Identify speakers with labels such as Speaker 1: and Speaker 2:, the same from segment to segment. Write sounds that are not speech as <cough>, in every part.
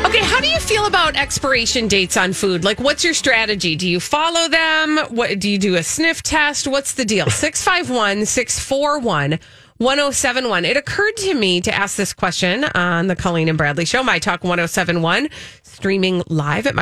Speaker 1: Okay, how do you feel about expiration dates on food? Like, what's your strategy? Do you follow them? What do you do a sniff test? What's the deal? 651 641 1071. It occurred to me to ask this question on the Colleen and Bradley show, My Talk 1071, streaming live at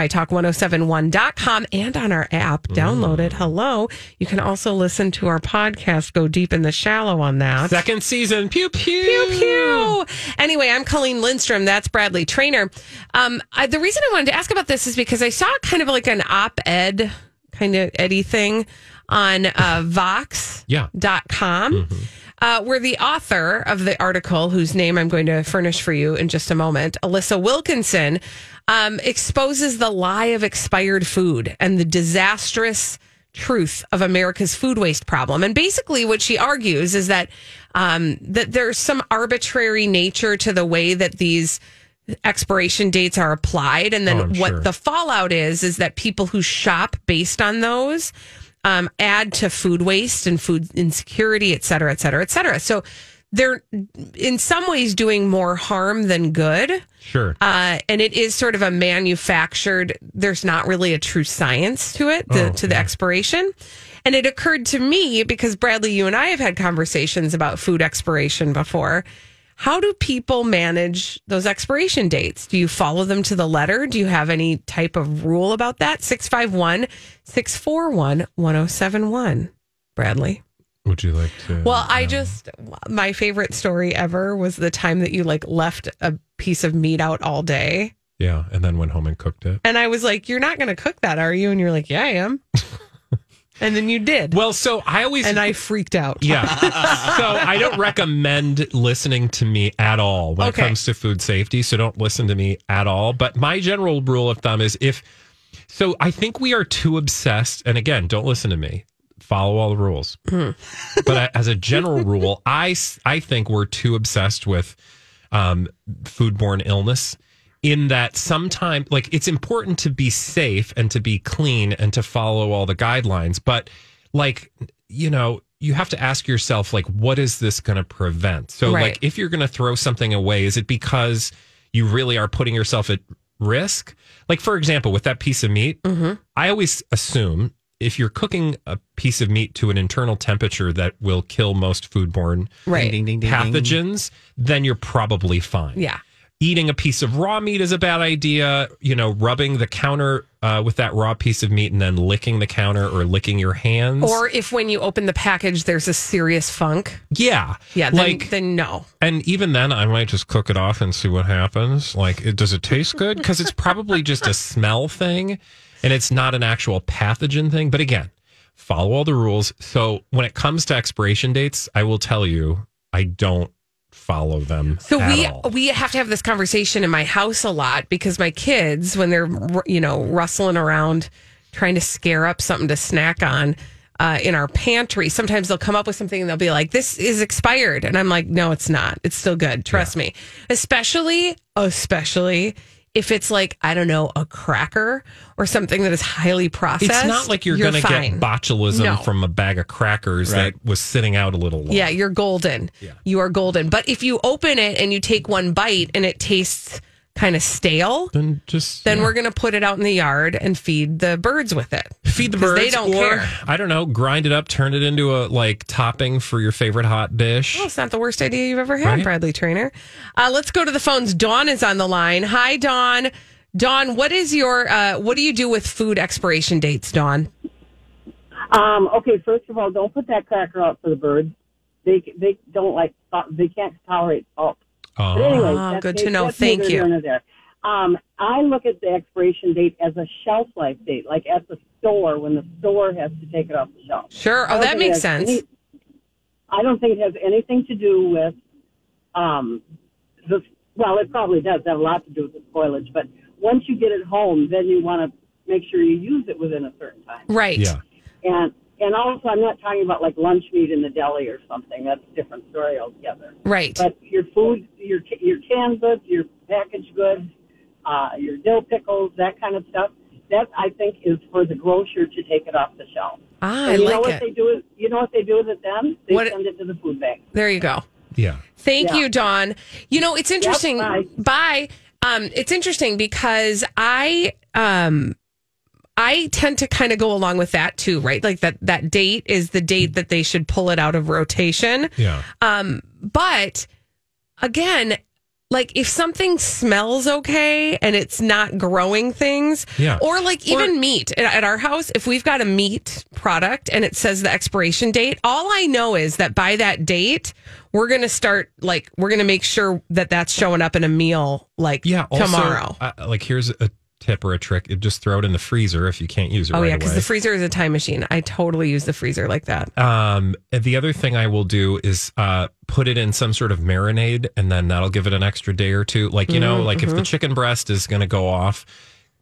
Speaker 1: mytalk1071.com and on our app. Download it. Hello. You can also listen to our podcast, Go Deep in the Shallow, on that.
Speaker 2: Second season. Pew pew.
Speaker 1: Pew pew. Anyway, I'm Colleen Lindstrom. That's Bradley Trainer. Um, I, the reason I wanted to ask about this is because I saw kind of like an op-ed kind of Eddie thing on uh, Vox.com,
Speaker 2: Yeah. Mm-hmm.
Speaker 1: uh, where the author of the article, whose name I'm going to furnish for you in just a moment, Alyssa Wilkinson, um, exposes the lie of expired food and the disastrous truth of America's food waste problem. And basically, what she argues is that um, that there's some arbitrary nature to the way that these expiration dates are applied, and then
Speaker 2: Oh, I'm
Speaker 1: what
Speaker 2: sure.
Speaker 1: the fallout is is that people who shop based on those um, add to food waste and food insecurity, et cetera, et cetera, et cetera. So they're in some ways doing more harm than good.
Speaker 2: Sure.
Speaker 1: Uh, and it is sort of a manufactured. There's not really a true science to it, the,
Speaker 2: Oh,
Speaker 1: to the expiration. And it occurred to me because Bradley, you and I have had conversations about food expiration before. How do people manage those expiration dates? Do you follow them to the letter? Do you have any type of rule about that? 651 641 1071. Bradley.
Speaker 2: Would you like to?
Speaker 1: Well, I
Speaker 2: know?
Speaker 1: just my favorite story ever was the time that you like left a piece of meat out all day.
Speaker 2: Yeah, and then went home and cooked it.
Speaker 1: And I was like, "You're not going to cook that, are you?" And you're like, "Yeah, I
Speaker 2: <laughs>
Speaker 1: am." and then you did.
Speaker 2: Well, so I always.
Speaker 1: and I freaked out.
Speaker 2: yeah. <laughs> so I don't recommend listening to me at all when
Speaker 1: Okay.
Speaker 2: it comes to food safety. So don't listen to me at all. But my general rule of thumb is if. So I think we are too obsessed. And again, don't listen to me. Follow all the rules.
Speaker 1: Hmm.
Speaker 2: but I, as a general rule, I, s- I think we're too obsessed with um, foodborne illness in that sometimes like it's important to be safe and to be clean and to follow all the guidelines but like you know you have to ask yourself like what is this going to prevent so
Speaker 1: Right.
Speaker 2: like if you're going to throw something away is it because you really are putting yourself at risk like for example with that piece of meat
Speaker 1: Mm-hmm.
Speaker 2: I always assume if you're cooking a piece of meat to an internal temperature that will kill most foodborne
Speaker 1: Right.
Speaker 2: pathogens, then you're probably fine.
Speaker 1: Yeah.
Speaker 2: Eating a piece of raw meat is a bad idea. You know, rubbing the counter uh, with that raw piece of meat and then licking the counter or licking your hands.
Speaker 1: Or if when you open the package there's a serious funk.
Speaker 2: yeah,
Speaker 1: Yeah, then,
Speaker 2: like
Speaker 1: then no.
Speaker 2: And even then, I might just cook it off and see what happens. Like, it, does it taste
Speaker 1: <laughs>
Speaker 2: good? Because it's probably just a smell thing and it's not an actual pathogen thing. But again, follow all the rules. So when it comes to expiration dates, I will tell you, I don't follow them.
Speaker 1: So
Speaker 2: at
Speaker 1: we
Speaker 2: all.
Speaker 1: we have to have this conversation in my house a lot because my kids, when they're you know rustling around trying to scare up something to snack on uh, in our pantry, sometimes they'll come up with something and they'll be like, "This is expired," and I'm like, "No, it's not. It's still good. Trust me." Especially, especially if it's like I don't know a cracker or something that is highly processed.
Speaker 2: it's not like you're, going to
Speaker 1: fine.
Speaker 2: get botulism
Speaker 1: No.
Speaker 2: from a bag of crackers that was sitting out a little long.
Speaker 1: Yeah, you're golden. You are golden. But if you open it and you take one bite and it tastes kind of stale,
Speaker 2: Then just
Speaker 1: then
Speaker 2: yeah.
Speaker 1: we're going to put it out in the yard and feed the birds with it.
Speaker 2: feed the
Speaker 1: 'Cause
Speaker 2: birds.
Speaker 1: they don't
Speaker 2: or,
Speaker 1: care.
Speaker 2: I don't know. Grind it up, turn it into a like topping for your favorite hot dish.
Speaker 1: Well, it's not the worst idea you've ever had,
Speaker 2: Right?
Speaker 1: Bradley Trainer. Uh, let's go to the phones. Dawn is on the line. Hi, Dawn. Dawn, what is your uh, what do you do with food expiration dates, Dawn?
Speaker 3: Um, okay, first of all, don't put that cracker out for the birds. They they don't like they can't tolerate salt. But
Speaker 2: Oh,
Speaker 3: anyway,
Speaker 1: Ah,
Speaker 3: that's
Speaker 1: good
Speaker 3: neither-
Speaker 1: to know.
Speaker 3: that's
Speaker 1: Thank
Speaker 3: neither
Speaker 1: you.
Speaker 3: here nor there. Um, I look at the expiration date as a shelf life date, like at the store when the store has to take it off the shelf.
Speaker 1: Sure.
Speaker 3: I
Speaker 1: Oh,
Speaker 3: don't
Speaker 1: that
Speaker 3: think it
Speaker 1: makes
Speaker 3: has
Speaker 1: sense.
Speaker 3: any- I don't think it has anything to do with um, the. Well, it probably does have a lot to do with the spoilage, but once you get it home, then you want to make sure you use it within a certain time.
Speaker 1: right.
Speaker 2: yeah.
Speaker 3: And and also, I'm not talking about like lunch meat in the deli or something. That's a different story altogether.
Speaker 1: Right.
Speaker 3: But your food, your your canned goods, your packaged goods, uh, your dill pickles, that kind of stuff. That I think is for the grocer to take it off the shelf.
Speaker 1: ah, I
Speaker 3: And you know
Speaker 1: like
Speaker 3: what
Speaker 1: it.
Speaker 3: they do is you know what they do with it then? They
Speaker 1: What-
Speaker 3: send it to the food bank.
Speaker 1: There you go.
Speaker 2: Yeah.
Speaker 1: Thank
Speaker 3: Yeah.
Speaker 1: you, Dawn. You know, it's interesting.
Speaker 3: bye.
Speaker 1: bye. Um, it's interesting because I um I tend to kind of go along with that too, right? Like that that date is the date that they should pull it out of rotation.
Speaker 2: Yeah.
Speaker 1: Um, but again, like if something smells okay and it's not growing things,
Speaker 2: Yeah.
Speaker 1: or like even meat at, at our house, if we've got a meat product and it says the expiration date, all I know is that by that date, we're going to start, like, we're going to make sure that that's showing up in a meal, like,
Speaker 2: Yeah. Also,
Speaker 1: tomorrow.
Speaker 2: uh, like here's a tip or a trick. Just throw it in the freezer if you can't use it
Speaker 1: Oh,
Speaker 2: right
Speaker 1: yeah, because
Speaker 2: away.
Speaker 1: the freezer is a time machine. I totally use the freezer like that.
Speaker 2: um, and the other thing I will do is uh, put it in some sort of marinade, and then that'll give it an extra day or two. Like you
Speaker 1: Mm,
Speaker 2: know, like
Speaker 1: mm-hmm.
Speaker 2: if the chicken breast is going to go off,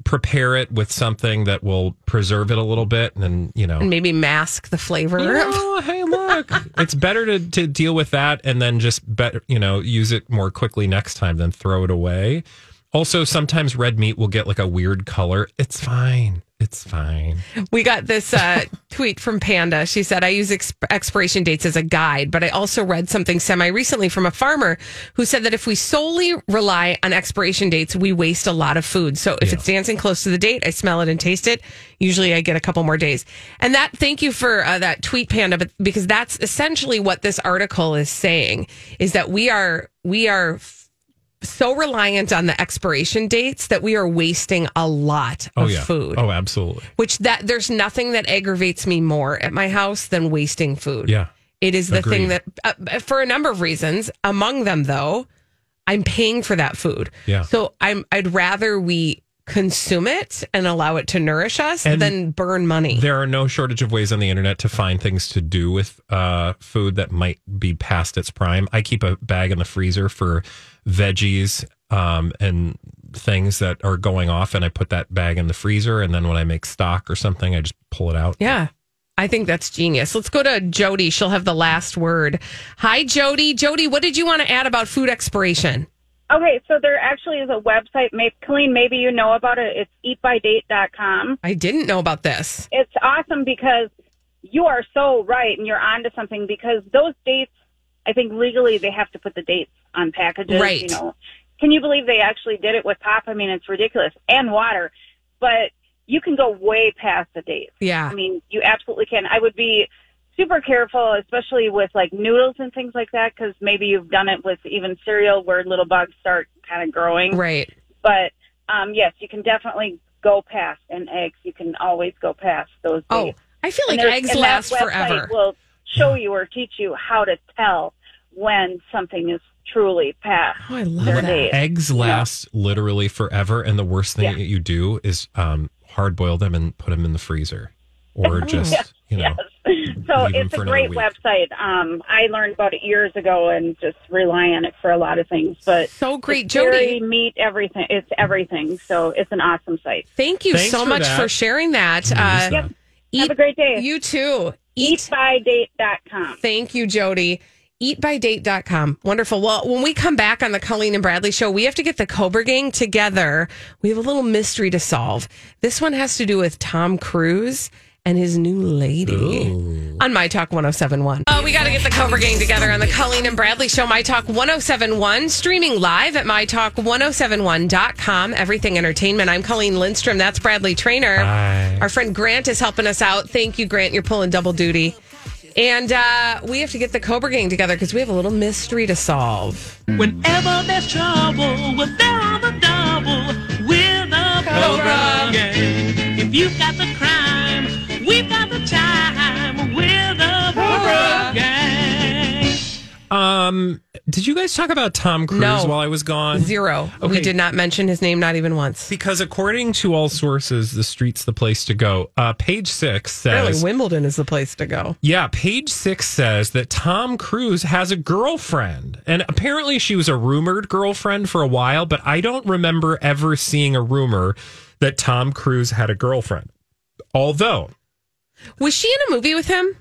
Speaker 2: prepare it with something that will preserve it a little bit, and then you know.
Speaker 1: And maybe mask the flavor.
Speaker 2: You know, hey, look, it's better to, to deal with that and then just better, you know, use it more quickly next time than throw it away. Also, sometimes red meat will get like a weird color. It's fine. It's fine.
Speaker 1: We got this
Speaker 2: <laughs>
Speaker 1: uh, tweet from Panda. She said, I use ex- expiration dates as a guide, but I also read something semi recently from a farmer who said that if we solely rely on expiration dates, we waste a lot of food. So if it's dancing close to the date, I smell it and taste it. Usually I get a couple more days. And that, thank you for uh, that tweet, Panda, but because that's essentially what this article is saying is that we are, we are so reliant on the expiration dates that we are wasting a lot
Speaker 2: Oh,
Speaker 1: of
Speaker 2: yeah.
Speaker 1: food
Speaker 2: Oh, absolutely.
Speaker 1: which that there's nothing that aggravates me more at my house than wasting food.
Speaker 2: Yeah.
Speaker 1: It is the thing
Speaker 2: Agreed.
Speaker 1: that, uh, for a number of reasons, among them though, I'm paying for that food.
Speaker 2: Yeah.
Speaker 1: So I'm, I'd rather we consume it and allow it to nourish us
Speaker 2: And
Speaker 1: than burn money.
Speaker 2: There are no shortage of ways on the internet to find things to do with uh, food that might be past its prime. I keep a bag in the freezer for veggies um, and things that are going off, and I put that bag in the freezer. And then when I make stock or something, I just pull it out.
Speaker 1: yeah. I think that's genius. Let's go to Jody. She'll have the last word. Hi, Jody. Jody, what did you want to add about food expiration?
Speaker 4: Okay, so there actually is a website. Maybe, Colleen, maybe you know about it. It's eatbydate.com.
Speaker 1: I didn't know about this.
Speaker 4: It's awesome because you are so right and you're onto something because those dates, I think legally they have to put the dates on packages.
Speaker 1: Right.
Speaker 4: You know, can you believe they actually did it with pop? I mean, it's ridiculous and water, but you can go way past the dates.
Speaker 1: Yeah.
Speaker 4: I mean, you absolutely can. I would be super careful, especially with like noodles and things like that, because maybe you've done it with even cereal where little bugs start kind of growing.
Speaker 1: Right.
Speaker 4: But um, yes, you can definitely go past, and eggs you can always go past those.
Speaker 1: Oh,
Speaker 4: dates.
Speaker 1: I feel
Speaker 4: And
Speaker 1: like
Speaker 4: there's-
Speaker 1: eggs
Speaker 4: and that
Speaker 1: last
Speaker 4: website
Speaker 1: forever.
Speaker 4: Will show you or teach you how to tell when something is truly past.
Speaker 1: Oh, I love
Speaker 4: their
Speaker 1: that.
Speaker 4: date.
Speaker 2: Eggs last literally forever, and the worst thing
Speaker 4: Yeah.
Speaker 2: that you do is um, hard boil them and put them in the freezer,
Speaker 4: <laughs>
Speaker 2: or just you know.
Speaker 4: Yes. So
Speaker 2: leave them
Speaker 4: it's
Speaker 2: for
Speaker 4: a
Speaker 2: another
Speaker 4: great
Speaker 2: week.
Speaker 4: website. Um, I learned about it years ago and just rely on it for a lot of things. But
Speaker 1: So great,
Speaker 4: it's
Speaker 1: Jody.
Speaker 4: dairy, meat, everything. It's everything. So it's an awesome site.
Speaker 1: Thank you
Speaker 2: Thanks
Speaker 1: so
Speaker 2: for
Speaker 1: much
Speaker 2: that.
Speaker 1: for sharing that.
Speaker 2: I use
Speaker 1: Uh,
Speaker 2: that.
Speaker 1: eat,
Speaker 4: Have a great day.
Speaker 1: You too. Eat.
Speaker 4: Eatbydate.com.
Speaker 1: Thank you, Jody. Eatbydate.com. Wonderful. Well, when we come back on the Colleen and Bradley show, we have to get the Cobra Gang together. We have a little mystery to solve. This one has to do with Tom Cruise and his new lady on My Talk 1071. Oh, we got to get the Cobra Gang together on the Colleen and Bradley show, My Talk 1071, streaming live at MyTalk1071.com. Everything Entertainment. I'm Colleen Lindstrom. That's Bradley Trainer.
Speaker 2: Hi.
Speaker 1: Our friend Grant is helping us out. Thank you, Grant. You're pulling double duty. And uh, we have to get the Cobra Gang together because we have a little mystery to solve.
Speaker 5: Whenever there's trouble, we're there on the double. We're the You've got the crime. We've got the time. We're the Bro Gang.
Speaker 2: Um, did you guys talk about Tom Cruise
Speaker 1: No.
Speaker 2: while I was gone?
Speaker 1: Zero. We
Speaker 2: Okay.
Speaker 1: did not mention his name, not even once.
Speaker 2: Because according to all sources, the street's the place to go. Uh, page six says,
Speaker 1: Apparently, Wimbledon is the place to go.
Speaker 2: yeah, page six says that Tom Cruise has a girlfriend, and apparently she was a rumored girlfriend for a while, but I don't remember ever seeing a rumor that Tom Cruise had a girlfriend. Although
Speaker 1: Was she in a movie with him?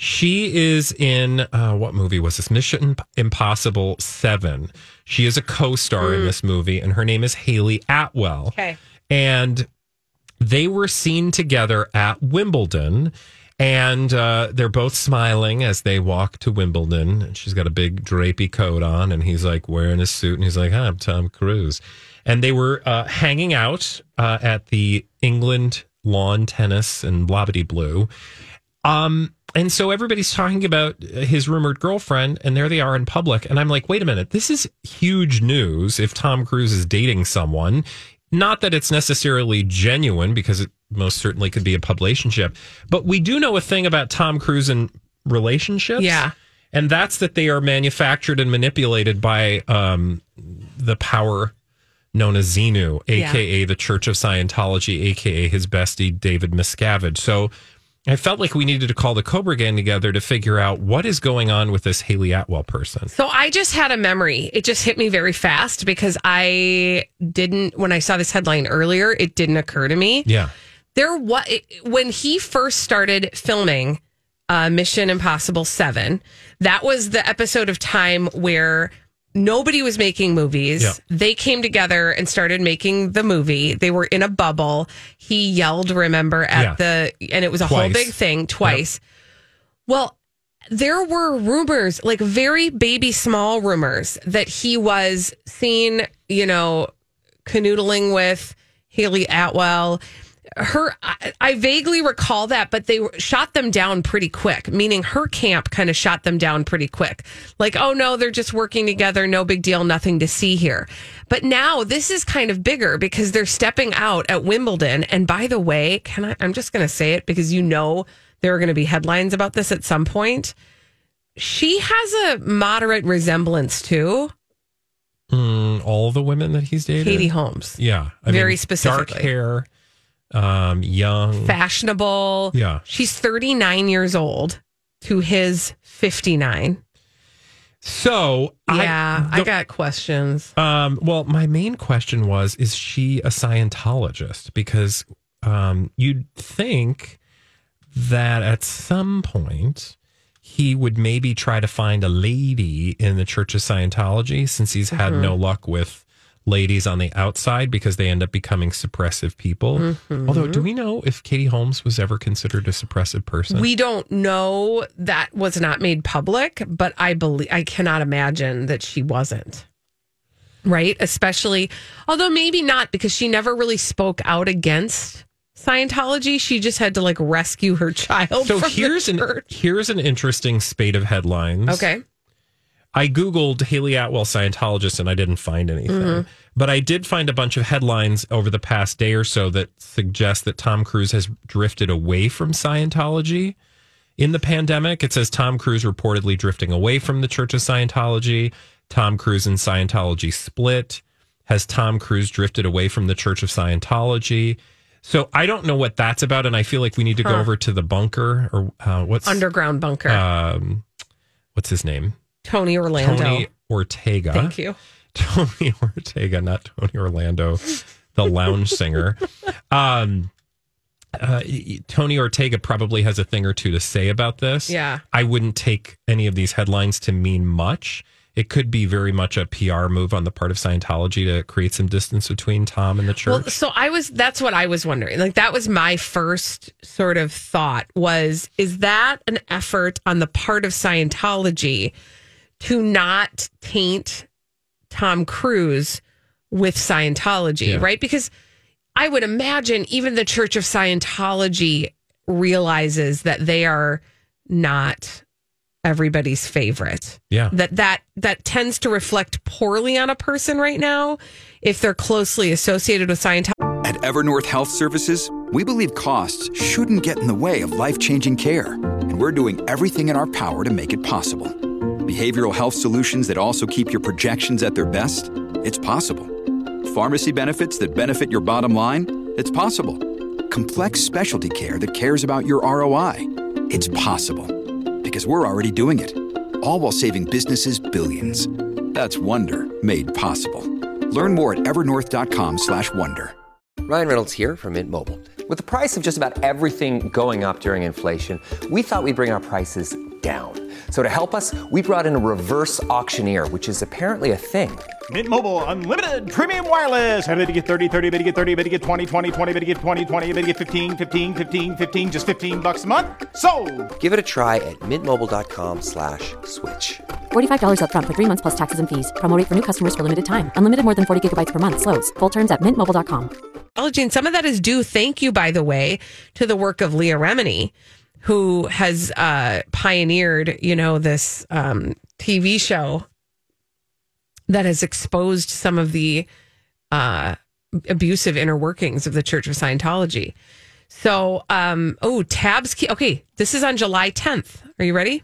Speaker 2: She is in uh, what movie was this? Mission Impossible Seven. She is a co-star in this movie, and her name is Haley Atwell.
Speaker 1: Okay.
Speaker 2: and they were seen together at Wimbledon. And uh, they're both smiling as they walk to Wimbledon. And she's got a big drapey coat on, and he's like wearing a suit, and he's like, "Hi, I'm Tom Cruise." And they were uh, hanging out uh, at the England lawn tennis and blobbity blue. Um, and so everybody's talking about uh, his rumored girlfriend, and there they are in public. And I'm like, wait a minute, this is huge news if Tom Cruise is dating someone. Not that it's necessarily genuine, because it most certainly could be a publicationship, but we do know a thing about Tom Cruise and relationships.
Speaker 1: Yeah.
Speaker 2: And that's that they are manufactured and manipulated by um, the power known as Xenu, aka the Church of Scientology, aka his bestie David Miscavige. So I felt like we needed to call the Cobra Gang together to figure out what is going on with this Haley Atwell person.
Speaker 1: So I just had a memory. It just hit me very fast because I didn't, when I saw this headline earlier, it didn't occur to me.
Speaker 2: Yeah.
Speaker 1: There was, when he first started filming uh, Mission Impossible 7, that was the episode of time where nobody was making movies.
Speaker 2: Yeah.
Speaker 1: They came together and started making the movie. They were in a bubble. He yelled, remember, at the, and it was a whole
Speaker 2: Twice.
Speaker 1: big thing twice. Well, there were rumors, like very baby small rumors, that he was seen, you know, canoodling with Haley Atwell. Her, I, I vaguely recall that, but they were- shot them down pretty quick, meaning her camp kind of shot them down pretty quick. Like, oh no, they're just working together. No big deal. Nothing to see here. But now this is kind of bigger because they're stepping out at Wimbledon. And by the way, can I, I'm just going to say it because you know there are going to be headlines about this at some point. She has a moderate resemblance to
Speaker 2: Mm, all the women that he's dated.
Speaker 1: Katie Holmes.
Speaker 2: Yeah.
Speaker 1: Very
Speaker 2: Dark
Speaker 1: specifically.
Speaker 2: hair, um, young.
Speaker 1: fashionable.
Speaker 2: Yeah.
Speaker 1: She's 39 years old to his 59.
Speaker 2: So
Speaker 1: yeah, I
Speaker 2: the-
Speaker 1: got questions.
Speaker 2: Um, well, my main question was: Is she a Scientologist? Because um, you'd think that at some point he would maybe try to find a lady in the Church of Scientology, since he's had
Speaker 1: Mm-hmm.
Speaker 2: no luck with ladies on the outside because they end up becoming suppressive people.
Speaker 1: Mm-hmm.
Speaker 2: Although, do we know if Katie Holmes was ever considered a suppressive person?
Speaker 1: We don't know that was not made public, but I believe I cannot imagine that she wasn't. Right? Especially although maybe not because she never really spoke out against Scientology. She just had to like rescue her child.
Speaker 2: so
Speaker 1: from the
Speaker 2: here's an
Speaker 1: church.
Speaker 2: here's an interesting spate of headlines. <laughs>
Speaker 1: Okay.
Speaker 2: I Googled Haley Atwell Scientologist and I didn't find anything. But I did find a bunch of headlines over the past day or so that suggest that Tom Cruise has drifted away from Scientology in the pandemic. It says Tom Cruise reportedly drifting away from the Church of Scientology. Tom Cruise and Scientology split. Has Tom Cruise drifted away from the Church of Scientology? So I don't know what that's about. And I feel like we need to go over to the bunker or uh, what's
Speaker 1: Underground bunker.
Speaker 2: um, what's his name?
Speaker 1: Tony Orlando.
Speaker 2: Tony uh-huh. Ortega.
Speaker 1: Thank you.
Speaker 2: <laughs> Tony Ortega, not Tony Orlando,
Speaker 1: <laughs>
Speaker 2: the lounge singer. Um, uh, Tony Ortega probably has a thing or two to say about this.
Speaker 1: Yeah.
Speaker 2: I wouldn't take any of these headlines to mean much. It could be very much a PR move on the part of Scientology to create some distance between Tom and the church.
Speaker 1: Well, so I was that's what I was wondering. Like that was my first sort of thought was is that an effort on the part of Scientology to not taint Tom Cruise with Scientology,
Speaker 2: Yeah.
Speaker 1: right? Because I would imagine even the Church of Scientology realizes that they are not everybody's favorite
Speaker 2: yeah.
Speaker 1: that that that tends to reflect poorly on a person right now if they're closely associated with Scientology.
Speaker 6: At Evernorth Health Services, we believe costs shouldn't get in the way of life changing care, and we're doing everything in our power to make it possible. Behavioral health solutions that also keep your projections at their best? It's possible. Pharmacy benefits that benefit your bottom line? It's possible. Complex specialty care that cares about your ROI? It's possible. Because we're already doing it. All while saving businesses billions. That's Wonder made possible. Learn more at evernorth.com/wonder. slash wonder.
Speaker 7: Ryan Reynolds here from Mint Mobile. With the price of just about everything going up during inflation, we thought we'd bring our prices down. So to help us, we brought in a reverse auctioneer, which is apparently a thing.
Speaker 8: Mint Mobile unlimited premium wireless. Ready to get 30, 30, bet you get 30, bet you get 20, 20, 20, bet you get 20, 20, bet you get 15, 15, 15, 15 just 15 bucks a month. So,
Speaker 7: Give it a try at mintmobile.com slash switch.
Speaker 9: $45 upfront for three months plus taxes and fees. Promo rate for new customers for limited time. Unlimited more than 40 gigabytes per month. Slows. Full terms at mintmobile.com.
Speaker 1: Elgin, some of that is due, thank you, by the way, to the work of Leah Remini, who has uh, pioneered, you know, this um, TV show that has exposed some of the uh, abusive inner workings of the Church of Scientology. So, um, oh, tabs. Keep, okay, this is on July 10th. Are you ready?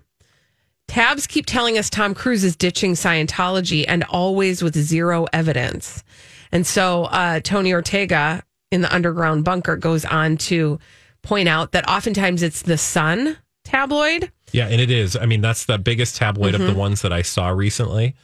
Speaker 1: Tabs keep telling us Tom Cruise is ditching Scientology and always with zero evidence. And so uh, Tony Ortega in the underground bunker goes on to point out that oftentimes it's the Sun tabloid.
Speaker 2: Yeah, and it is. I mean, that's the biggest tabloid
Speaker 1: Mm-hmm.
Speaker 2: of the ones that I saw recently.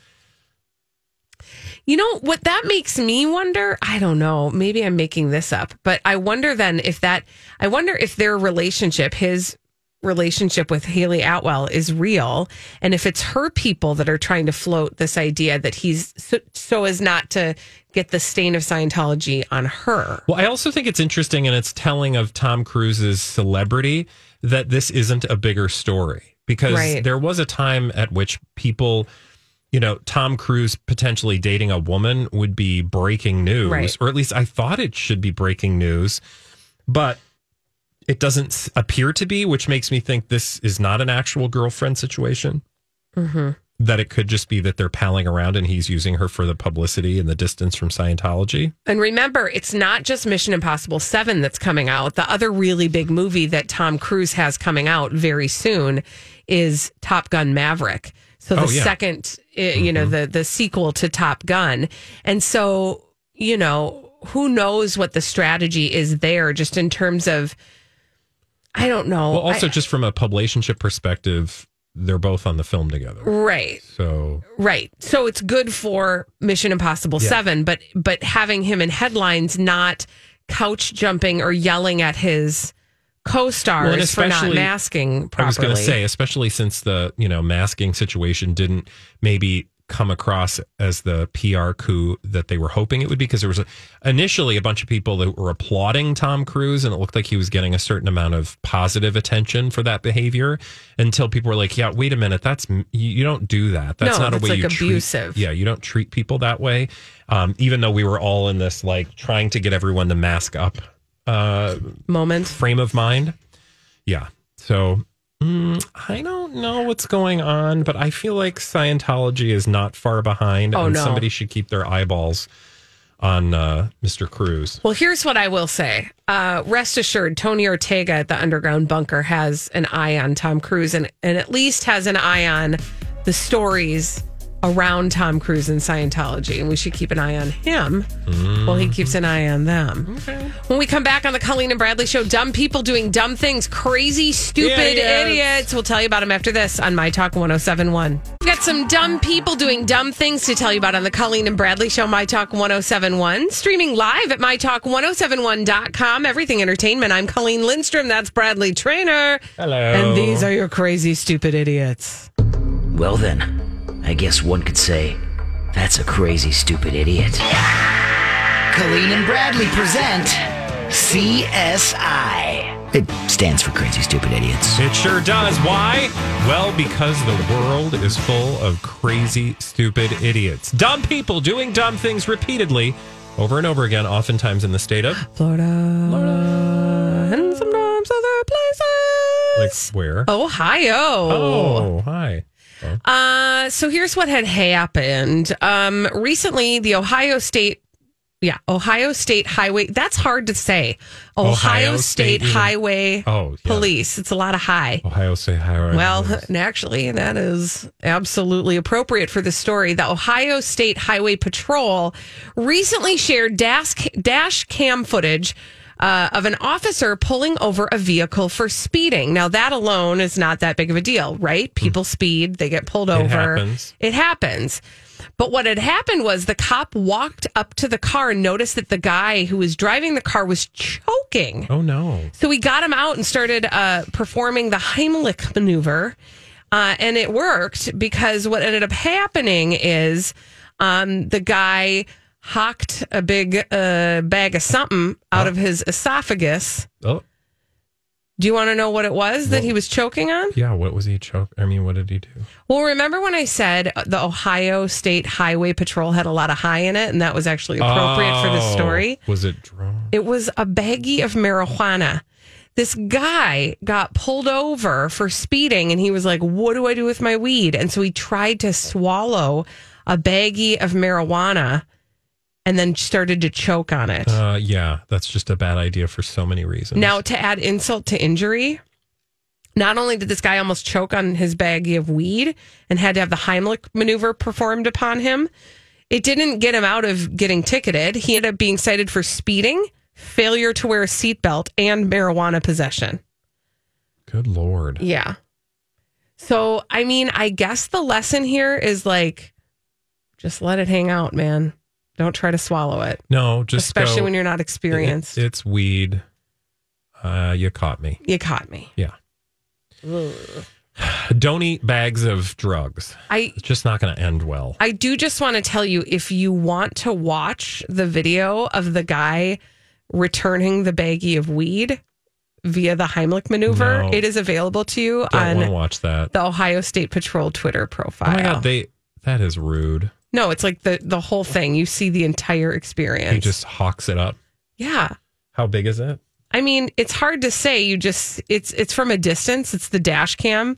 Speaker 1: You know what that makes me wonder? I don't know. Maybe I'm making this up, but I wonder then if that, I wonder if their relationship, his relationship with Haley Atwell is real. And if it's her people that are trying to float this idea that he's so, so as not to get the stain of Scientology on her.
Speaker 2: Well, I also think it's interesting and it's telling of Tom Cruise's celebrity that this isn't a bigger story because
Speaker 1: Right.
Speaker 2: there was a time at which people, you know, Tom Cruise potentially dating a woman would be breaking news,
Speaker 1: Right.
Speaker 2: or at least I thought it should be breaking news, but it doesn't s- appear to be, which makes me think this is not an actual girlfriend situation.
Speaker 1: Mm-hmm.
Speaker 2: That it could just be that they're palling around and he's using her for the publicity and the distance from Scientology.
Speaker 1: And remember, it's not just Mission Impossible 7 that's coming out. The other really big movie that Tom Cruise has coming out very soon is Top Gun Maverick. So the
Speaker 2: Oh, yeah. Mm-hmm.
Speaker 1: second, uh, you know, the the sequel to Top Gun. And so, you know, who knows what the strategy is there just in terms of I don't know.
Speaker 2: Well, also
Speaker 1: I-
Speaker 2: just from a publicationship perspective, they're both on the film together.
Speaker 1: right.
Speaker 2: So
Speaker 1: Right. So it's good for Mission Impossible 7, but but having him in headlines not couch jumping or yelling at his
Speaker 2: Well,
Speaker 1: co-stars
Speaker 2: and
Speaker 1: for not
Speaker 2: especially-
Speaker 1: masking properly.
Speaker 2: I was going to say, especially since the you know masking situation didn't maybe come across as the PR coup that they were hoping it would be, because there was a, initially a bunch of people that were applauding Tom Cruise, and it looked like he was getting a certain amount of positive attention for that behavior. Until people were like, "Yeah, wait a minute, that's you, you don't do that. That's
Speaker 1: No,
Speaker 2: not
Speaker 1: that's,
Speaker 2: a way
Speaker 1: like,
Speaker 2: you
Speaker 1: abusive.
Speaker 2: treat. Yeah, you don't treat people that way." Um, even though we were all in this like trying to get everyone to mask up uh,
Speaker 1: moment.
Speaker 2: frame of mind. Yeah. So mm, I don't know what's going on, but I feel like Scientology is not far behind,
Speaker 1: Oh,
Speaker 2: and
Speaker 1: no.
Speaker 2: somebody should keep their eyeballs on uh, Mr. Cruz.
Speaker 1: Well, here's what I will say. Uh, rest assured, Tony Ortega at the underground bunker has an eye on Tom Cruise and, and at least has an eye on the stories around Tom Cruise and Scientology. And we should keep an eye on him while he keeps an eye on them. When we come back on the Colleen and Bradley show, dumb people doing dumb things, crazy, stupid
Speaker 2: Idiots.
Speaker 1: idiots. We'll tell you about them after this on My Talk 1071. We've got some dumb people doing dumb things to tell you about on the Colleen and Bradley show, My Talk 1071. Streaming live at MyTalk1071.com. Everything Entertainment. I'm Colleen Lindstrom. That's Bradley Trainer.
Speaker 2: Hello.
Speaker 1: And these are your crazy, stupid idiots.
Speaker 5: Well, then, I guess one could say that's a crazy, stupid idiot. Colleen and Bradley present CSI. It stands for Crazy, Stupid Idiots.
Speaker 2: It sure does. Why? Well, because the world is full of crazy, stupid idiots. Dumb people doing dumb things repeatedly over and over again, oftentimes in the state of
Speaker 1: Florida. And sometimes other
Speaker 2: like
Speaker 1: places.
Speaker 2: where?
Speaker 1: Ohio.
Speaker 2: oh hi.
Speaker 1: Uh, so here's what had happened. Um, recently, the Ohio State Yeah, Ohio State Highway. That's hard to say. Ohio,
Speaker 2: Ohio
Speaker 1: State,
Speaker 2: State, yeah.
Speaker 1: Highway
Speaker 2: Oh, yeah.
Speaker 1: Police. It's a lot of high.
Speaker 2: Ohio State Highway.
Speaker 1: Well, <laughs> and actually, that is absolutely appropriate for the story. The Ohio State Highway Patrol recently shared dash, dash cam footage uh, of an officer pulling over a vehicle for speeding. Now, that alone is not that big of a deal, right? People speed, they get pulled over.
Speaker 2: happens.
Speaker 1: It happens. But what had happened was the cop walked up to the car and noticed that the guy who was driving the car was choking.
Speaker 2: oh no.
Speaker 1: So we got him out and started uh, performing the Heimlich maneuver. Uh, and it worked because what ended up happening is um, the guy hocked a big uh, bag of something out of his esophagus.
Speaker 2: Oh
Speaker 1: Do you want to know what it was that he was choking on?
Speaker 2: yeah. What was he choke? I mean, what did he do?
Speaker 1: Well, remember when I said uh, the Ohio State Highway Patrol had a lot of high in it, and that was actually appropriate for the
Speaker 2: Oh,
Speaker 1: story?
Speaker 2: Was it drone?
Speaker 1: It was a baggie of marijuana. This guy got pulled over for speeding and he was like, What do I do with my weed? And so he tried to swallow a baggie of marijuana and then started to choke on it.
Speaker 2: Uh, yeah, that's just a bad idea for so many reasons.
Speaker 1: Now, to add insult to injury, not only did this guy almost choke on his baggie of weed and had to have the Heimlich maneuver performed upon him, it didn't get him out of getting ticketed. He ended up being cited for speeding, failure to wear a seatbelt, and marijuana possession.
Speaker 2: good lord.
Speaker 1: Yeah. So, I mean, I guess the lesson here is like, just let it hang out, man. Don't try to swallow it,
Speaker 2: No, just
Speaker 1: especially
Speaker 2: go,
Speaker 1: when you're not experienced.
Speaker 2: It- it's weed. Uh, you caught me.
Speaker 1: you caught me.
Speaker 2: Yeah. Don't eat bags of drugs.
Speaker 1: I
Speaker 2: It's just not going to end well.
Speaker 1: I do just want to tell you if you want to watch the video of the guy returning the baggie of weed via the Heimlich maneuver,
Speaker 2: No.
Speaker 1: it is available to you
Speaker 2: Don't want to
Speaker 1: on
Speaker 2: watch that.
Speaker 1: the Ohio State Patrol Twitter profile.
Speaker 2: Oh my god, they that is rude.
Speaker 1: no, it's like the the whole thing. You see the entire experience.
Speaker 2: He just hawks it up.
Speaker 1: yeah.
Speaker 2: How big is it?
Speaker 1: I mean, it's hard to say. You just it's it's from a distance. It's the dash cam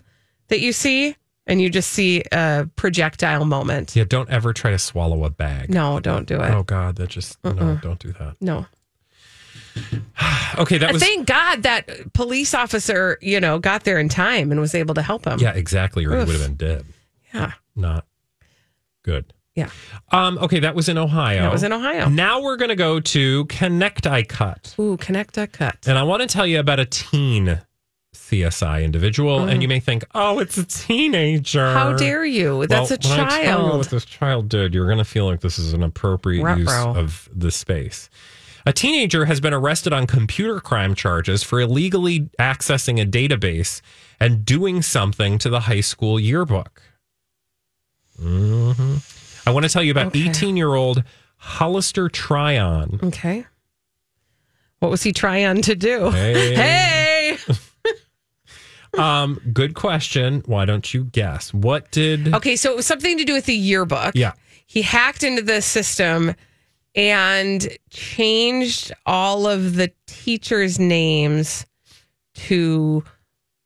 Speaker 1: that you see, and you just see a projectile moment.
Speaker 2: Yeah, don't ever try to swallow a bag.
Speaker 1: No, don't do it.
Speaker 2: Oh god, that just no, don't do that.
Speaker 1: No.
Speaker 2: Okay, that was
Speaker 1: Thank God that police officer, you know, got there in time and was able to help him.
Speaker 2: Yeah, exactly, or
Speaker 1: Oof.
Speaker 2: he would have been dead.
Speaker 1: Yeah.
Speaker 2: Not good.
Speaker 1: Yeah.
Speaker 2: Um, okay, that was in Ohio.
Speaker 1: That was in Ohio.
Speaker 2: Now we're gonna go to Connecticut.
Speaker 1: Ooh, connect a cut.
Speaker 2: And I want to tell you about a teen CSI individual, and you may think, oh, it's a teenager.
Speaker 1: Mm-hmm. How dare you? That's
Speaker 2: Well,
Speaker 1: a
Speaker 2: when I tell you what
Speaker 1: child.
Speaker 2: this child did, you're going to feel like this is an appropriate
Speaker 1: Ruh-roh.
Speaker 2: use of the space. A teenager has been arrested on computer crime charges for illegally accessing a database and doing something to the high school yearbook. hmm I want to tell you about
Speaker 1: Okay.
Speaker 2: 18 year old Hollister Tryon.
Speaker 1: Okay. What was he trying to do?
Speaker 2: Hey.
Speaker 1: Hey. Mm.
Speaker 2: Um, good question. Why don't you guess? What did.
Speaker 1: Okay, so it was something to do with the yearbook.
Speaker 2: Yeah.
Speaker 1: He hacked into the system and changed all of the teachers' names to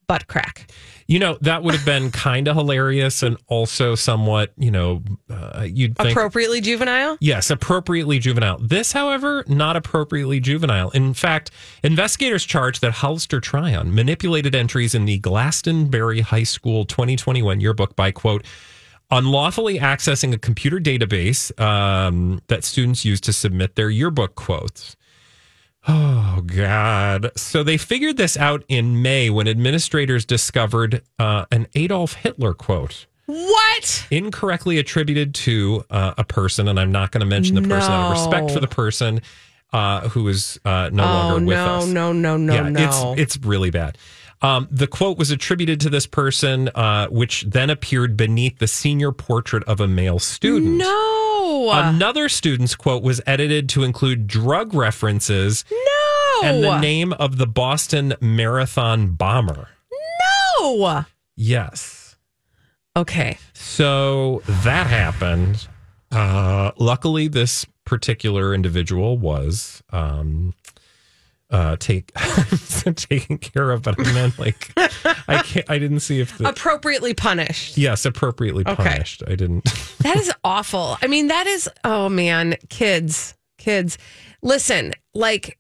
Speaker 1: butt crack.
Speaker 2: You know, that would have been kind of hilarious and also somewhat, you know, uh, you'd think.
Speaker 1: Appropriately juvenile?
Speaker 2: Yes, appropriately juvenile. This, however, not appropriately juvenile. In fact, investigators charged that Hollister Tryon manipulated entries in the Glastonbury High School 2021 yearbook by, quote, unlawfully accessing a computer database um, that students use to submit their yearbook quotes. Oh, God. So they figured this out in May when administrators discovered uh, an Adolf Hitler quote
Speaker 1: What?
Speaker 2: incorrectly attributed to uh, a person, and I'm not going to mention the person out of respect
Speaker 1: No.
Speaker 2: for the person uh, who is uh, no
Speaker 1: oh,
Speaker 2: longer with
Speaker 1: no,
Speaker 2: us.
Speaker 1: no, no, no,
Speaker 2: yeah,
Speaker 1: no.
Speaker 2: it's it's really bad. Um, the quote was attributed to this person, uh, which then appeared beneath the senior portrait of a male student.
Speaker 1: no.
Speaker 2: Another student's quote was edited to include drug references
Speaker 1: no.
Speaker 2: and the name of the Boston Marathon bomber.
Speaker 1: no.
Speaker 2: Yes.
Speaker 1: Okay.
Speaker 2: So that happened. Uh, luckily, this particular individual was um, uh, take <laughs> taken care of, but I meant like I can't. I didn't see
Speaker 1: <laughs>
Speaker 2: if the
Speaker 1: Appropriately punished.
Speaker 2: yes appropriately
Speaker 1: Okay.
Speaker 2: <laughs> punished. I didn't.
Speaker 1: That is awful. I mean, that is, oh man, kids, kids. Listen, like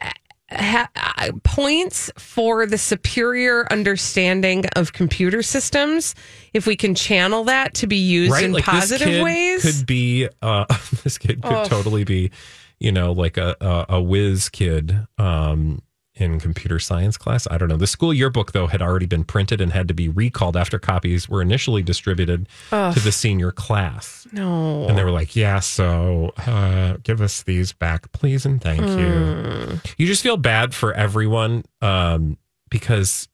Speaker 1: eh, ha- uh, points for the superior understanding of computer systems if we can channel that to be used in
Speaker 2: Like, this
Speaker 1: positive
Speaker 2: kid
Speaker 1: ways.
Speaker 2: Could be uh, <laughs> this kid could
Speaker 1: Oh.
Speaker 2: totally be, you know, like a a, a whiz kid um, in computer science class. I don't know. The school yearbook though had already been printed and had to be recalled after copies were initially distributed to the senior class,
Speaker 1: no.
Speaker 2: and they were like, "Yeah, so uh, give us these back, please, and thank
Speaker 1: Hmm.
Speaker 2: you." You just feel bad for everyone um, because.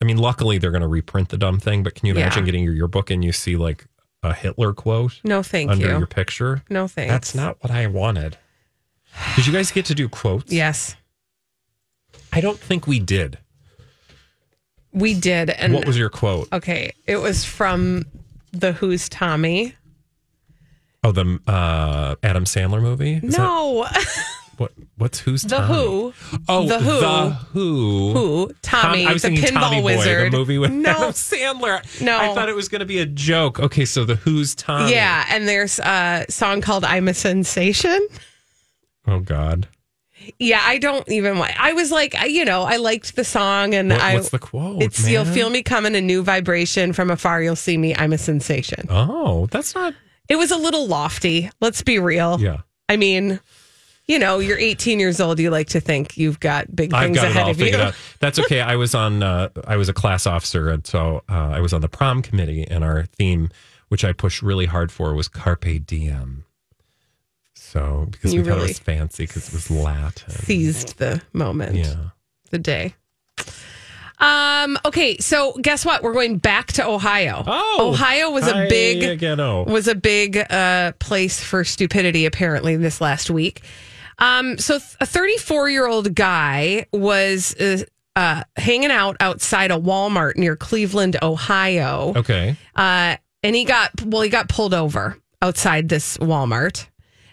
Speaker 2: I mean, luckily they're going to reprint the dumb thing, but can you
Speaker 1: Yeah.
Speaker 2: imagine getting your yearbook and you see like a Hitler quote?
Speaker 1: no, thank
Speaker 2: under
Speaker 1: you.
Speaker 2: your picture.
Speaker 1: no, thanks.
Speaker 2: That's not what I wanted. Did you guys get to do quotes?
Speaker 1: Yes,
Speaker 2: I don't think we did.
Speaker 1: we did. And
Speaker 2: what was your quote?
Speaker 1: okay, it was from the Who's Tommy.
Speaker 2: Oh, the uh, Adam Sandler movie? Is that-
Speaker 1: no, <laughs>
Speaker 2: what, what's who's
Speaker 1: the
Speaker 2: Tommy?
Speaker 1: Who,
Speaker 2: Oh,
Speaker 1: The
Speaker 2: the
Speaker 1: Who.
Speaker 2: Who. Who.
Speaker 1: who Tommy,
Speaker 2: I was
Speaker 1: the
Speaker 2: thinking
Speaker 1: pinball
Speaker 2: Tommy Boy,
Speaker 1: wizard.
Speaker 2: the movie with
Speaker 1: no,
Speaker 2: Adam Sandler.
Speaker 1: No.
Speaker 2: I thought it was going to be a joke. Okay, so the Who's
Speaker 1: <laughs>
Speaker 2: Tommy.
Speaker 1: yeah, and there's a song called "I'm a Sensation."
Speaker 2: Oh, God.
Speaker 1: Yeah, I don't even. wa- I was like, I- you know, I liked the song, and
Speaker 2: What-
Speaker 1: I.
Speaker 2: what's the quote?
Speaker 1: It's you'll
Speaker 2: man?
Speaker 1: feel me coming, a new vibration from afar. You'll see me. I'm a sensation.
Speaker 2: Oh, that's not.
Speaker 1: It was a little lofty. Let's be real.
Speaker 2: Yeah.
Speaker 1: I mean, you know, you're 18 years old. You like to think you've got big
Speaker 2: I've
Speaker 1: things
Speaker 2: got it
Speaker 1: ahead
Speaker 2: all
Speaker 1: of you.
Speaker 2: figured out. That's okay. I was on. Uh, I was a class officer, and so uh, I was on the prom committee, and our theme, which I pushed really hard for, was carpe diem. So because
Speaker 1: You
Speaker 2: we thought
Speaker 1: really
Speaker 2: it was fancy because it was Latin.
Speaker 1: Seized the moment,
Speaker 2: Yeah.
Speaker 1: the day. Um. Okay. So guess what? We're going back to Ohio.
Speaker 2: Oh,
Speaker 1: Ohio was a
Speaker 2: hi
Speaker 1: big
Speaker 2: again. Oh,
Speaker 1: was a big uh, place for stupidity, apparently, this last week. Um, so, th- a 34 year old guy was uh, uh, hanging out outside a Walmart near Cleveland, Ohio.
Speaker 2: okay.
Speaker 1: Uh, and he got, well, he got pulled over outside this Walmart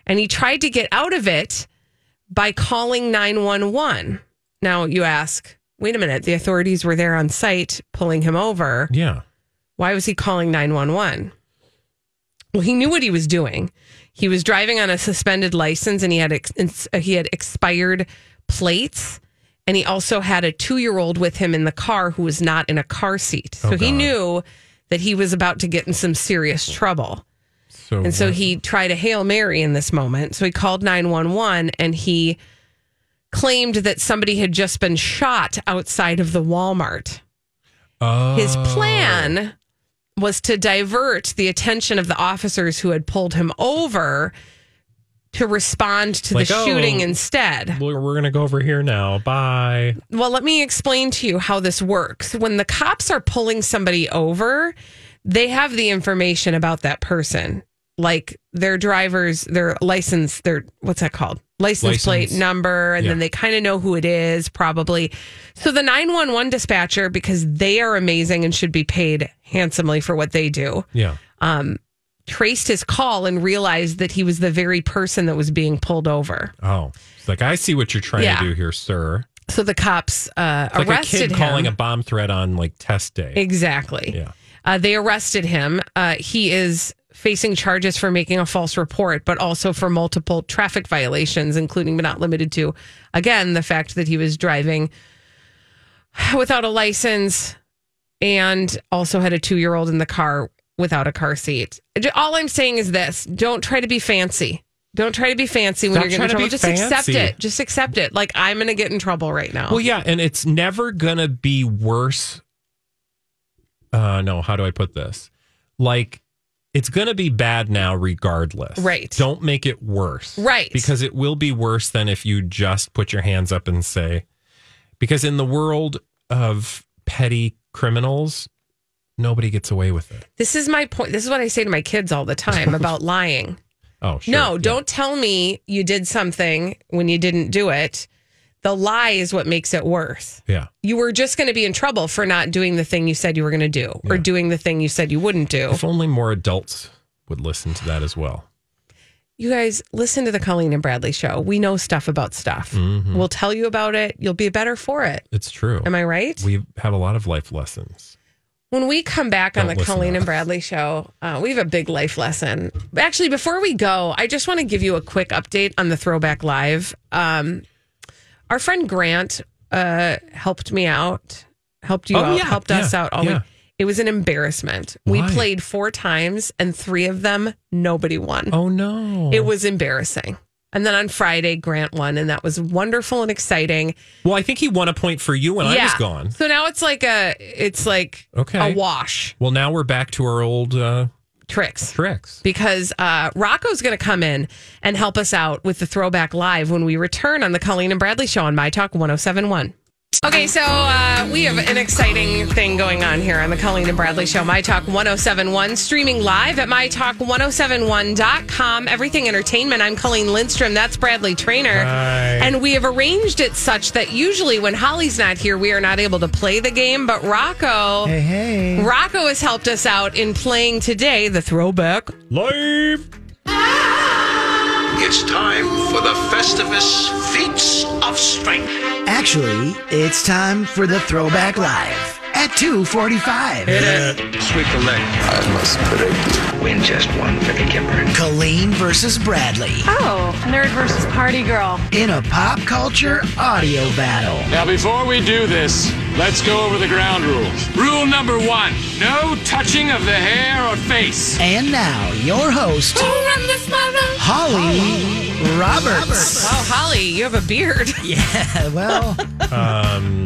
Speaker 1: and he tried to get out of it by calling 911. Now, you ask, wait a minute, the authorities were there on site pulling him over
Speaker 2: Yeah.
Speaker 1: why was he calling 911? Well, he knew what he was doing. He was driving on a suspended license and he had ex- ins- uh, he had expired plates and he also had a 2-year-old with him in the car who was not in a car seat. So he knew that he was about to get in some serious trouble.
Speaker 2: So
Speaker 1: And so he tried a Hail Mary in this moment. So he called 911 and he claimed that somebody had just been shot outside of the Walmart.
Speaker 2: oh,
Speaker 1: His plan was to divert the attention of the officers who had pulled him over to respond to
Speaker 2: Like,
Speaker 1: the
Speaker 2: oh.
Speaker 1: shooting instead.
Speaker 2: We're, we're gonna go over here now. Bye.
Speaker 1: Well, let me explain to you how this works. When the cops are pulling somebody over, they have the information about that person, like their driver's, their license, their what's that called? License, plate
Speaker 2: License.
Speaker 1: number, and then
Speaker 2: Yeah.
Speaker 1: they kind of know who it is, probably. So the 911 dispatcher, because they are amazing and should be paid handsomely for what they do,
Speaker 2: Yeah.
Speaker 1: traced his call and realized that he was the very person that was being pulled over.
Speaker 2: Oh, it's like I see what you're trying
Speaker 1: Yeah.
Speaker 2: to do here, sir.
Speaker 1: So the cops uh,
Speaker 2: It's like a
Speaker 1: arrested
Speaker 2: kid
Speaker 1: him.
Speaker 2: calling a bomb threat on like test day.
Speaker 1: Exactly.
Speaker 2: Yeah.
Speaker 1: Uh, they arrested him. Uh, he is facing charges for making a false report, but also for multiple traffic violations, including but not limited to, again, the fact that he was driving without a license and also had a two year old in the car without a car seat. All I'm saying is this don't try to be fancy. Don't try to be fancy when
Speaker 2: Stop
Speaker 1: you're getting in
Speaker 2: trying
Speaker 1: trouble.
Speaker 2: to be
Speaker 1: Just accept
Speaker 2: fancy.
Speaker 1: it. Just accept it. Like, I'm going to get in trouble right now.
Speaker 2: Well, yeah, and it's never gonna be worse. Uh, no, how do I put this? Like, it's gonna be bad now, regardless.
Speaker 1: Right.
Speaker 2: Don't make it worse.
Speaker 1: Right.
Speaker 2: Because it will be worse than if you just put your hands up and say. Because in the world of petty criminals, nobody gets away with it.
Speaker 1: This is my point. This is what I say to my kids all the time
Speaker 2: <laughs>
Speaker 1: about lying.
Speaker 2: Oh, sure.
Speaker 1: No,
Speaker 2: Yeah.
Speaker 1: don't tell me you did something when you didn't do it. The lie is what makes it worse.
Speaker 2: Yeah.
Speaker 1: You were just going to be in trouble for not doing the thing you said you were going to do or doing the thing you said you wouldn't do.
Speaker 2: If only more adults would listen to that as well.
Speaker 1: You guys listen to the Colleen and Bradley show. We know stuff about stuff.
Speaker 2: Mm-hmm.
Speaker 1: We'll tell you about it. You'll be better for it.
Speaker 2: It's true.
Speaker 1: Am I right?
Speaker 2: we have a lot of life lessons.
Speaker 1: When we come back on
Speaker 2: Don't
Speaker 1: the
Speaker 2: listen
Speaker 1: Colleen
Speaker 2: to
Speaker 1: and Bradley show, uh, we have a big life lesson. Actually, before we go, I just want to give you a quick update on the Throwback Live. Um, our friend Grant uh, helped me out, helped you
Speaker 2: Oh,
Speaker 1: out,
Speaker 2: yeah,
Speaker 1: helped us
Speaker 2: yeah,
Speaker 1: out. All week.
Speaker 2: yeah.
Speaker 1: It was an embarrassment.
Speaker 2: Why?
Speaker 1: We played four times, and three of them, nobody won.
Speaker 2: Oh no!
Speaker 1: It was embarrassing. And then on Friday, Grant won, and that was wonderful and exciting.
Speaker 2: well, I think he won a point for you when I was gone.
Speaker 1: So now it's like a it's like
Speaker 2: Okay.
Speaker 1: a wash
Speaker 2: Well, now we're back to our old uh,
Speaker 1: tricks
Speaker 2: tricks.
Speaker 1: because uh, Rocco's going to come in and help us out with the throwback live when we return on the Colleen and Bradley show on My Talk 1071. Okay, so uh, we have an exciting thing going on here on the Colleen and Bradley show, My Talk 1071, streaming live at MyTalk1071.com. Everything Entertainment. I'm Colleen Lindstrom. That's Bradley Trainer. And we have arranged it such that usually when Holly's not here, we are not able to play the game, but Rocco. Rocco has helped us out in playing today the throwback
Speaker 2: Live.
Speaker 10: It's time for the Festivus Feats of Strength.
Speaker 5: Actually, it's time for the Throwback Live at 2.45.
Speaker 10: Sweep the leg. I must predict. Win just one for the Kipper.
Speaker 5: Colleen versus Bradley
Speaker 11: Oh, nerd versus party girl.
Speaker 5: in a pop culture audio battle.
Speaker 12: Now, before we do this, let's go over the ground rules. Rule number one no touching of the hair or face.
Speaker 5: And now, your host, Holly Roberts.
Speaker 1: Oh, Holly, you have a
Speaker 13: <laughs>
Speaker 1: beard.
Speaker 5: Yeah, well,
Speaker 2: Um,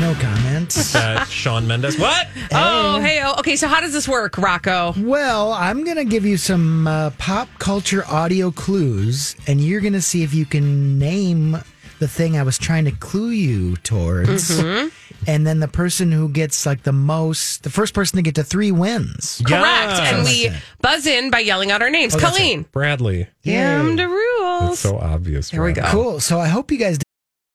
Speaker 5: no comments.
Speaker 2: that Sean Uh, Mendes. What?
Speaker 1: Oh, hey, oh. Okay, so how does this work, Rocco?
Speaker 13: Well, I'm going to give you some uh, pop culture audio clues, and you're going to see if you can name the thing I was trying to clue you towards.
Speaker 1: Mhm.
Speaker 13: And then the person who gets like the most, the first person to get to three wins.
Speaker 1: Correct. And we buzz in by yelling out our names.
Speaker 13: Oh, that's it.
Speaker 1: Colleen.
Speaker 2: Oh, Bradley.
Speaker 1: Yam the rules.
Speaker 2: obvious.
Speaker 1: There we go.
Speaker 13: Cool. So I hope you guys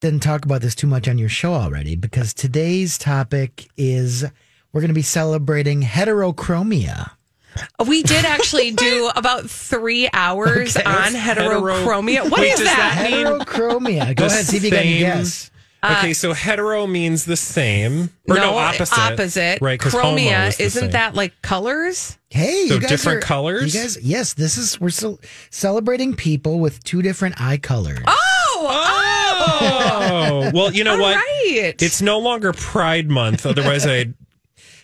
Speaker 13: didn't talk about this too much on your show already because today's topic is we're going to be celebrating heterochromia.
Speaker 1: We did
Speaker 2: <laughs>
Speaker 1: actually do about three hours
Speaker 13: Okay.
Speaker 1: on heterochromia. What is
Speaker 2: Wait, does
Speaker 1: that?
Speaker 2: that mean- <laughs>
Speaker 13: Heterochromia. Go
Speaker 2: The
Speaker 13: ahead, see if you can
Speaker 2: same-
Speaker 13: guess.
Speaker 1: Uh,
Speaker 2: Okay, so hetero means the same. Or no, opposite.
Speaker 1: Opposite.
Speaker 2: Right, because
Speaker 1: Chromia,
Speaker 2: is the
Speaker 1: isn't
Speaker 2: same.
Speaker 1: that like colors?
Speaker 13: Hey,
Speaker 2: So
Speaker 13: you guys
Speaker 2: different
Speaker 13: are-
Speaker 2: colors?
Speaker 13: You guys, yes, this is we're cel- celebrating people with two different eye colors.
Speaker 1: Oh,
Speaker 2: Oh, well,
Speaker 1: <laughs>
Speaker 2: you know what?
Speaker 1: right.
Speaker 2: It's no longer
Speaker 1: <laughs>
Speaker 2: Pride Month. Otherwise, I'd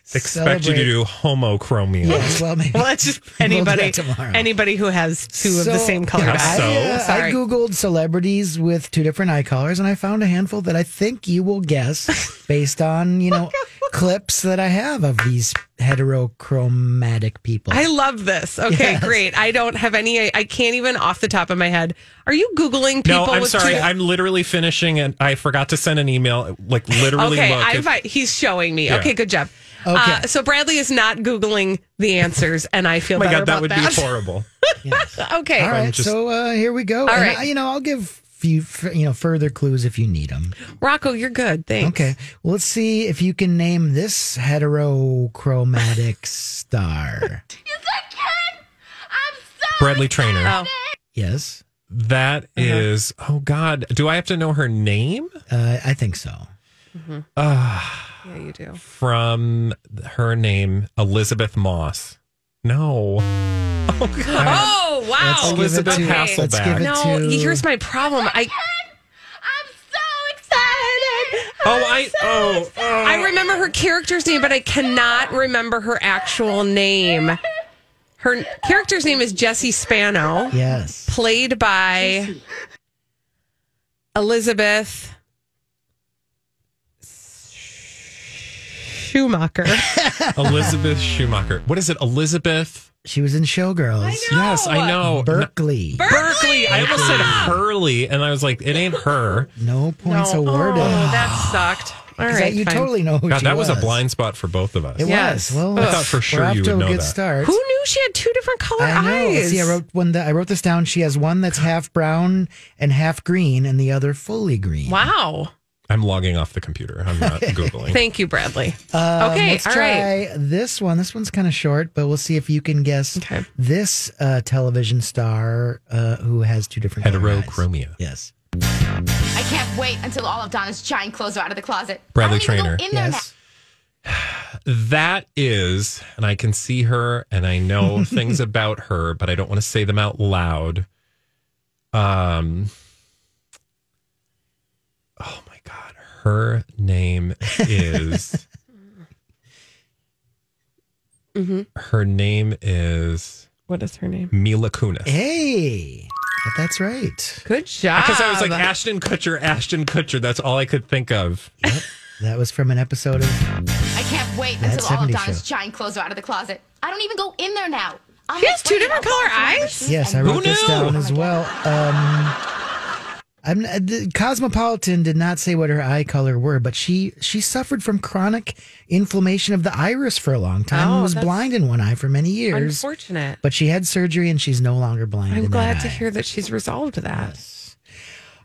Speaker 2: expect you to
Speaker 13: Celebrate.
Speaker 2: do homochromia.
Speaker 13: Yes,
Speaker 2: <laughs>
Speaker 13: well, maybe.
Speaker 1: Well, that's just
Speaker 13: We'll do
Speaker 1: anybody.
Speaker 13: that tomorrow.
Speaker 1: anybody who has two of the
Speaker 13: So,
Speaker 1: same color.
Speaker 13: I,
Speaker 1: eyes.
Speaker 13: uh, I
Speaker 1: Sorry.
Speaker 13: googled celebrities with two different eye colors, and I found a handful that I think you
Speaker 1: <laughs>
Speaker 13: will guess based on you
Speaker 1: Oh,
Speaker 13: know clips that I have of these heterochromatic people.
Speaker 1: I love this. Okay,
Speaker 13: Yes.
Speaker 1: great. I don't have any. I can't even off the top of my head. Are you googling people?
Speaker 2: No, I'm
Speaker 1: with
Speaker 2: sorry.
Speaker 1: Two-
Speaker 2: I'm literally finishing, and I forgot to send an email. Like literally,
Speaker 1: okay,
Speaker 2: look.
Speaker 1: I
Speaker 2: if-
Speaker 1: fi- he's showing me.
Speaker 2: Yeah.
Speaker 1: Okay, good job. Uh, so Bradley is not googling the answers, and I feel
Speaker 2: oh my
Speaker 1: better
Speaker 2: god, that
Speaker 1: about
Speaker 2: would
Speaker 1: that. <laughs>
Speaker 2: be horrible.
Speaker 1: okay,
Speaker 13: All right, so uh, here we go.
Speaker 1: All
Speaker 13: And
Speaker 1: right.
Speaker 13: I- you know, I'll give few f- you know further clues if you need them.
Speaker 1: Rocco, you're good. Thanks.
Speaker 13: Okay, well, let's see if you can name this
Speaker 1: <laughs>
Speaker 13: heterochromatic star.
Speaker 2: Bradley Trainer.
Speaker 1: Oh.
Speaker 13: Yes,
Speaker 2: That
Speaker 1: Uh-huh.
Speaker 2: is. Oh God, do I have to know her name?
Speaker 13: uh, I think so.
Speaker 1: Yeah, you do.
Speaker 2: From her name, Elizabeth Moss. No.
Speaker 1: Oh wow,
Speaker 13: Let's give it Elizabeth to-
Speaker 1: Okay.
Speaker 13: let's give it
Speaker 1: no,
Speaker 13: to- Oh
Speaker 1: here's my problem. I. I'm so excited.
Speaker 2: Oh, I oh, oh.
Speaker 1: I remember her character's name, but I cannot remember her actual name. Her character's name is Jessie Spano.
Speaker 13: Yes.
Speaker 1: Played by Elizabeth Schumacher.
Speaker 2: Elizabeth Schumacher. What is it? Elizabeth.
Speaker 13: She was in Showgirls.
Speaker 2: Yes, I know.
Speaker 13: Berkeley.
Speaker 2: Berkeley. I almost
Speaker 13: <laughs>
Speaker 2: said Hurley, and I was like, it ain't her.
Speaker 13: No points awarded.
Speaker 1: Oh, that sucked. <sighs> All
Speaker 13: Is that
Speaker 1: right.
Speaker 13: you
Speaker 1: fine.
Speaker 13: totally know who
Speaker 2: God,
Speaker 13: she
Speaker 2: that was. a
Speaker 13: was.
Speaker 2: blind spot for both of us.
Speaker 13: It
Speaker 1: Yes.
Speaker 13: was. Well,
Speaker 2: I thought for sure
Speaker 13: we're off
Speaker 2: you
Speaker 13: to
Speaker 2: would
Speaker 13: a
Speaker 2: know
Speaker 13: good
Speaker 2: that.
Speaker 13: start.
Speaker 1: Who knew she had two different color
Speaker 13: I know.
Speaker 1: eyes?
Speaker 13: See, I wrote one that I wrote this down. She has one that's half brown and half green, and the other fully green.
Speaker 1: wow.
Speaker 2: I'm logging off the computer. I'm
Speaker 13: <laughs>
Speaker 2: not googling.
Speaker 1: Thank you, Bradley.
Speaker 13: Um,
Speaker 1: okay,
Speaker 13: let's
Speaker 1: all right.
Speaker 13: try this one. This one's kind of short, but we'll see if you can guess this uh, television star uh, who has two different color eyes.
Speaker 2: Heterochromia.
Speaker 13: Yes.
Speaker 14: I can't wait until all of Donna's giant clothes are out of the closet.
Speaker 2: Bradley
Speaker 14: I don't even go
Speaker 2: Traynor.
Speaker 14: in there
Speaker 2: Yes. That is, and I can see her and I know things about her, but I don't want to say them out loud. Um Oh my god, her name is her name is
Speaker 1: What is her name?
Speaker 2: Mila Kunis.
Speaker 13: Hey, but that's right.
Speaker 1: Good job.
Speaker 2: Because I was like Ashton Kutcher, Ashton Kutcher. That's all I could think of.
Speaker 13: That was from an episode of.
Speaker 14: now. I can't wait
Speaker 13: That
Speaker 14: until all of
Speaker 13: 70s
Speaker 14: Donna's
Speaker 13: show.
Speaker 14: giant clothes are out of the closet. I don't even go in there now. I'm
Speaker 1: She has two
Speaker 14: afraid
Speaker 1: different
Speaker 14: I'll
Speaker 1: color
Speaker 14: fall through my
Speaker 1: eyes?
Speaker 14: shoes
Speaker 13: Yes, I
Speaker 14: and-
Speaker 13: wrote this down
Speaker 14: Oh
Speaker 13: as
Speaker 14: my
Speaker 13: well. Um, I'm n- the, Cosmopolitan did not say what her eye color were, but she she suffered from chronic inflammation of the iris for a long time
Speaker 1: Oh,
Speaker 13: and was
Speaker 1: that's-
Speaker 13: blind in one eye for many years.
Speaker 1: Unfortunate.
Speaker 13: But she had surgery and she's no longer blind.
Speaker 1: I'm
Speaker 13: in that
Speaker 1: glad to
Speaker 13: eye.
Speaker 1: hear that she's resolved that.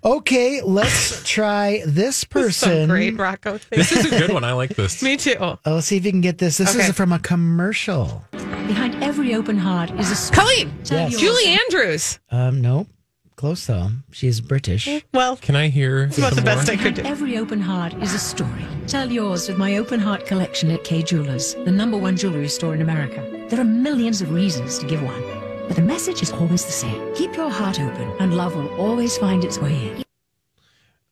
Speaker 13: Okay, let's
Speaker 1: <laughs>
Speaker 13: try this person.
Speaker 1: Some great Rocco
Speaker 13: <laughs>
Speaker 1: thing.
Speaker 2: This is a good one. I like
Speaker 1: <laughs>
Speaker 2: this.
Speaker 1: Me too.
Speaker 13: Uh, let's see if you can get this. This
Speaker 1: Okay.
Speaker 13: is from a commercial.
Speaker 15: Behind every open heart is a story.
Speaker 1: Colleen.
Speaker 13: Yes.
Speaker 1: Julie Andrews.
Speaker 13: Um, no, close though. She's British.
Speaker 1: Well,
Speaker 2: Can I hear?
Speaker 13: It's about
Speaker 2: some
Speaker 13: the best
Speaker 2: more?
Speaker 13: I could do.
Speaker 15: Every open heart is a story. Tell yours with my open heart collection at K Jewelers, the number one jewelry store in America. There are millions of reasons to give one, but the message is always the same. Keep your heart open, and love will always find its way in.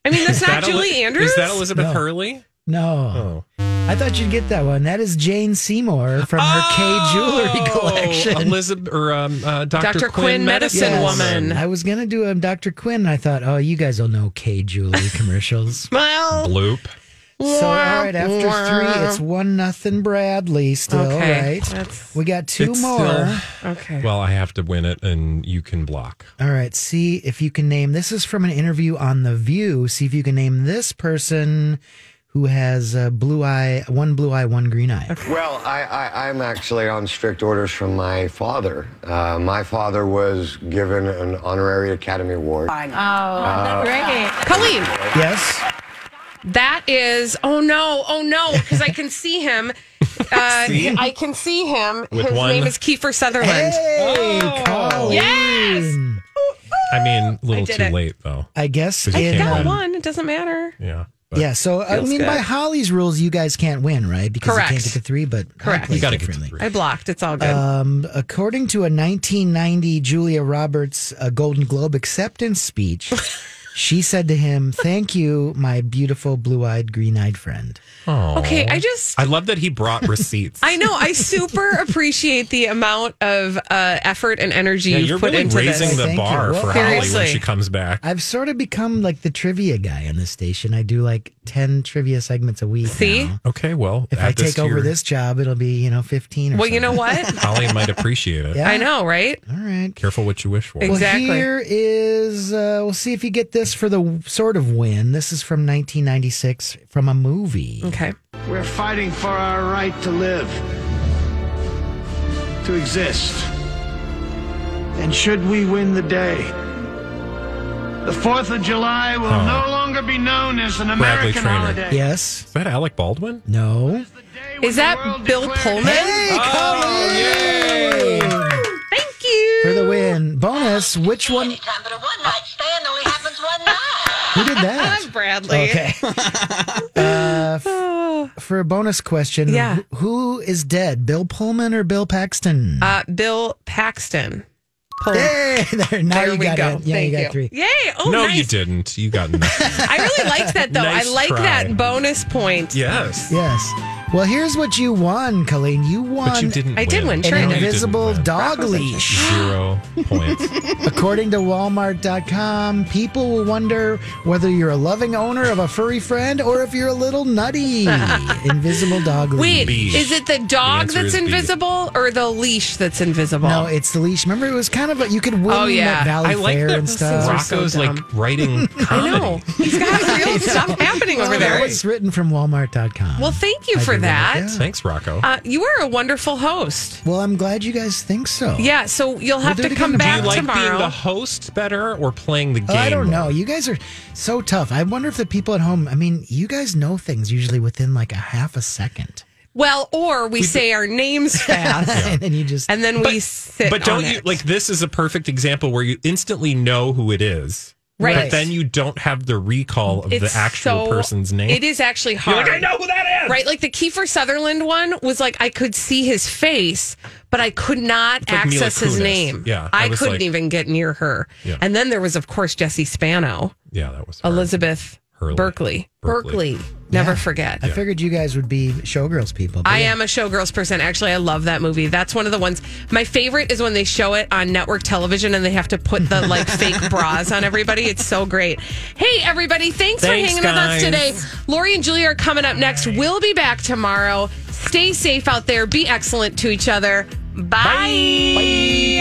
Speaker 1: I mean, that's
Speaker 2: <laughs> Is
Speaker 1: not
Speaker 2: that Eli-
Speaker 1: Julie Andrews.
Speaker 2: Is that Elizabeth
Speaker 13: No. Uh-huh.
Speaker 2: Hurley? Oh.
Speaker 13: No. I thought you'd get that one. That is Jane Seymour from
Speaker 1: Oh,
Speaker 13: her K jewelry collection. <laughs>
Speaker 2: Elizabeth or um, uh,
Speaker 1: Dr.
Speaker 2: Dr. Quinn,
Speaker 1: Quinn
Speaker 2: Medicine,
Speaker 1: Medicine
Speaker 2: Woman.
Speaker 13: I was gonna do a Dr. Quinn. and I thought, oh, you guys will know
Speaker 1: <laughs>
Speaker 13: K jewelry commercials.
Speaker 1: Well,
Speaker 2: Bloop.
Speaker 13: so all right, after three, it's one nothing. Bradley still
Speaker 1: Okay,
Speaker 13: right.
Speaker 1: that's-
Speaker 13: We got two
Speaker 2: It's
Speaker 13: more.
Speaker 2: still-
Speaker 1: okay.
Speaker 2: Well, I have to win it, and you can block.
Speaker 13: All right, see if you can name. This is from an interview on The View. See if you can name this person who has a blue eye, one blue eye, one green eye.
Speaker 16: Well, I, I, I'm actually on strict orders from my father. Uh, my father was given an honorary Academy Award. Uh,
Speaker 1: great. Colleen,
Speaker 13: Yes.
Speaker 1: that is. Oh no! Oh no! Because I can see him.
Speaker 2: <laughs>
Speaker 1: Uh,
Speaker 2: See?
Speaker 1: I can see him.
Speaker 2: With
Speaker 1: His
Speaker 2: one-
Speaker 1: name is Kiefer Sutherland.
Speaker 13: Hey, Colleen.
Speaker 1: Yes!
Speaker 2: I mean, a little
Speaker 1: Oh, did
Speaker 2: too
Speaker 1: it.
Speaker 2: late, though.
Speaker 13: I guess.
Speaker 2: Because you
Speaker 13: it-
Speaker 2: can't
Speaker 1: Got
Speaker 2: win.
Speaker 1: one. It doesn't matter.
Speaker 2: Yeah. but
Speaker 13: yeah. So I
Speaker 1: Feels
Speaker 13: mean, by
Speaker 1: good.
Speaker 13: Holly's rules, you guys can't win, right? Because you
Speaker 1: Correct.
Speaker 13: can't get to three, but
Speaker 1: Correct.
Speaker 13: You
Speaker 1: You
Speaker 13: got
Speaker 2: gotta
Speaker 13: to
Speaker 2: get to
Speaker 13: differently.
Speaker 2: three.
Speaker 1: I blocked. It's all good.
Speaker 13: Um, according to a 1990 Julia Roberts uh, Golden Globe
Speaker 1: <laughs>
Speaker 13: acceptance speech, she said to him, "Thank you, my beautiful blue-eyed, green-eyed friend."
Speaker 2: Aw.
Speaker 1: Okay, I just-
Speaker 2: I love that he brought receipts.
Speaker 1: <laughs> I know. I
Speaker 13: <laughs>
Speaker 1: super appreciate the amount of uh, effort and energy
Speaker 2: yeah,
Speaker 1: you've
Speaker 2: you're
Speaker 1: put
Speaker 2: really
Speaker 1: into
Speaker 2: raising
Speaker 1: this.
Speaker 2: the
Speaker 13: Thank you.
Speaker 2: bar
Speaker 13: Well,
Speaker 2: for Holly
Speaker 1: Seriously.
Speaker 2: when she comes back.
Speaker 13: I've sort of become like the trivia guy on this station. I do like 10 trivia segments a week.
Speaker 1: See?
Speaker 13: now.
Speaker 2: Okay, well,
Speaker 13: If
Speaker 2: add
Speaker 13: I take
Speaker 2: to
Speaker 13: over
Speaker 2: your-
Speaker 13: this job, it'll be, you know, 15 or
Speaker 1: Well, you know
Speaker 13: something.
Speaker 1: what?
Speaker 2: <laughs> Holly might appreciate it.
Speaker 13: <laughs> Yeah.
Speaker 1: I know, right?
Speaker 13: All right.
Speaker 2: Careful what you wish for.
Speaker 1: Exactly.
Speaker 13: Well, here is, uh, we'll see if you get this for the w- sort of win. This is from 1996 from a movie.
Speaker 1: Okay.
Speaker 17: We're fighting for our right to live, to exist. And should we win the day, the 4th of July will
Speaker 2: Oh.
Speaker 17: no longer be known as an
Speaker 2: Bradley
Speaker 17: American
Speaker 2: Traynor.
Speaker 17: holiday.
Speaker 13: Yes.
Speaker 2: Is that Alec Baldwin?
Speaker 13: No.
Speaker 1: Is that Bill Pullman? Thank you.
Speaker 13: For the win. Bonus, which one? Who
Speaker 1: <laughs>
Speaker 13: did that?
Speaker 1: Bradley. Oh.
Speaker 13: Okay. Uh, f- for a bonus question,
Speaker 1: Yeah.
Speaker 13: wh- who is dead, Bill Pullman or Bill Paxton?
Speaker 1: Uh, Bill Uh, Paxton. per.
Speaker 13: Hey, there, now
Speaker 1: There
Speaker 13: you
Speaker 1: we
Speaker 13: got
Speaker 1: go.
Speaker 13: it. Yeah,
Speaker 1: Thank
Speaker 13: you got
Speaker 1: you.
Speaker 13: three.
Speaker 1: Yay! Oh,
Speaker 2: no,
Speaker 1: nice.
Speaker 2: you didn't. You
Speaker 1: <laughs>
Speaker 2: got nothing.
Speaker 1: I really liked
Speaker 2: <laughs>
Speaker 1: that though.
Speaker 2: Nice
Speaker 1: I like
Speaker 2: try.
Speaker 1: that bonus point.
Speaker 2: yes.
Speaker 13: Yes. Well, here's what you won, Colleen. You won.
Speaker 2: But you didn't.
Speaker 1: I did win,
Speaker 13: An
Speaker 1: sure. No, you didn't
Speaker 13: invisible dog leash.
Speaker 2: Zero points.
Speaker 13: <laughs> According to Walmart.com, people will wonder whether you're a loving owner of a furry friend or if you're a
Speaker 1: <laughs>
Speaker 13: little nutty. Invisible dog leash.
Speaker 1: Wait, is it the dog
Speaker 13: answer
Speaker 1: that's
Speaker 13: is B.
Speaker 1: invisible or the leash that's invisible?
Speaker 13: No, it's the leash. Remember, it was kind of a, you could win
Speaker 1: Oh, yeah.
Speaker 13: at Valley
Speaker 2: I like
Speaker 13: Fair
Speaker 2: that
Speaker 13: and stuff.
Speaker 2: Rocco's like
Speaker 13: <laughs>
Speaker 2: writing comedy.
Speaker 1: <laughs> He's got real stuff happening
Speaker 13: Well,
Speaker 1: over there.
Speaker 13: That was written from Walmart.com.
Speaker 1: Well, thank you
Speaker 13: I
Speaker 1: for
Speaker 13: agree
Speaker 1: that.
Speaker 13: with that.
Speaker 2: Thanks, Rocco.
Speaker 1: Uh, you are a wonderful host.
Speaker 13: Well, I'm glad you guys think so.
Speaker 1: Yeah, so you'll have
Speaker 13: do it
Speaker 1: to
Speaker 13: again
Speaker 1: come
Speaker 13: tomorrow.
Speaker 1: back
Speaker 2: Do you like being the
Speaker 1: tomorrow.
Speaker 2: host better or playing the game?
Speaker 13: Oh, I don't
Speaker 2: more?
Speaker 13: know. You guys are so tough. I wonder if the people at home, I mean, you guys know things usually within like a half a second.
Speaker 1: well, or we say our
Speaker 13: <laughs>
Speaker 1: names fast,
Speaker 13: and then you just
Speaker 1: and then we sit.
Speaker 2: But don't
Speaker 1: on
Speaker 2: you
Speaker 1: it.
Speaker 2: like this is a perfect example where you instantly know who it is.
Speaker 1: Right.
Speaker 2: But then you don't have the recall of
Speaker 1: It's
Speaker 2: the actual
Speaker 1: so-
Speaker 2: person's name.
Speaker 1: It is actually
Speaker 2: You're
Speaker 1: hard.
Speaker 2: like, I know who that is.
Speaker 1: Right, like the Kiefer Sutherland one was like I could see his face, but I could not
Speaker 2: It's like Mila
Speaker 1: access his
Speaker 2: Kunis.
Speaker 1: name.
Speaker 2: Yeah, I
Speaker 1: I,
Speaker 2: was
Speaker 1: couldn't
Speaker 2: like-
Speaker 1: even get near her.
Speaker 2: Yeah.
Speaker 1: And then there was, of course, Jesse Spano,
Speaker 2: Yeah, that was
Speaker 1: Elizabeth
Speaker 2: Hurley.
Speaker 1: Berkeley,
Speaker 2: Berkley.
Speaker 1: Berkeley. Never
Speaker 13: Yeah.
Speaker 1: forget.
Speaker 13: I figured you guys would be showgirls people. but
Speaker 1: I
Speaker 13: yeah.
Speaker 1: am a showgirls person. Actually, I love that movie. That's one of the ones. My favorite is when they show it on network television and they have to put the like fake bras on everybody. It's so great. Hey, everybody. Thanks, for
Speaker 2: Thanks,
Speaker 1: hanging
Speaker 2: guys.
Speaker 1: with us today. Lori and Julie are coming up next. We'll be back tomorrow. Stay safe out there. Be excellent to each other. Bye.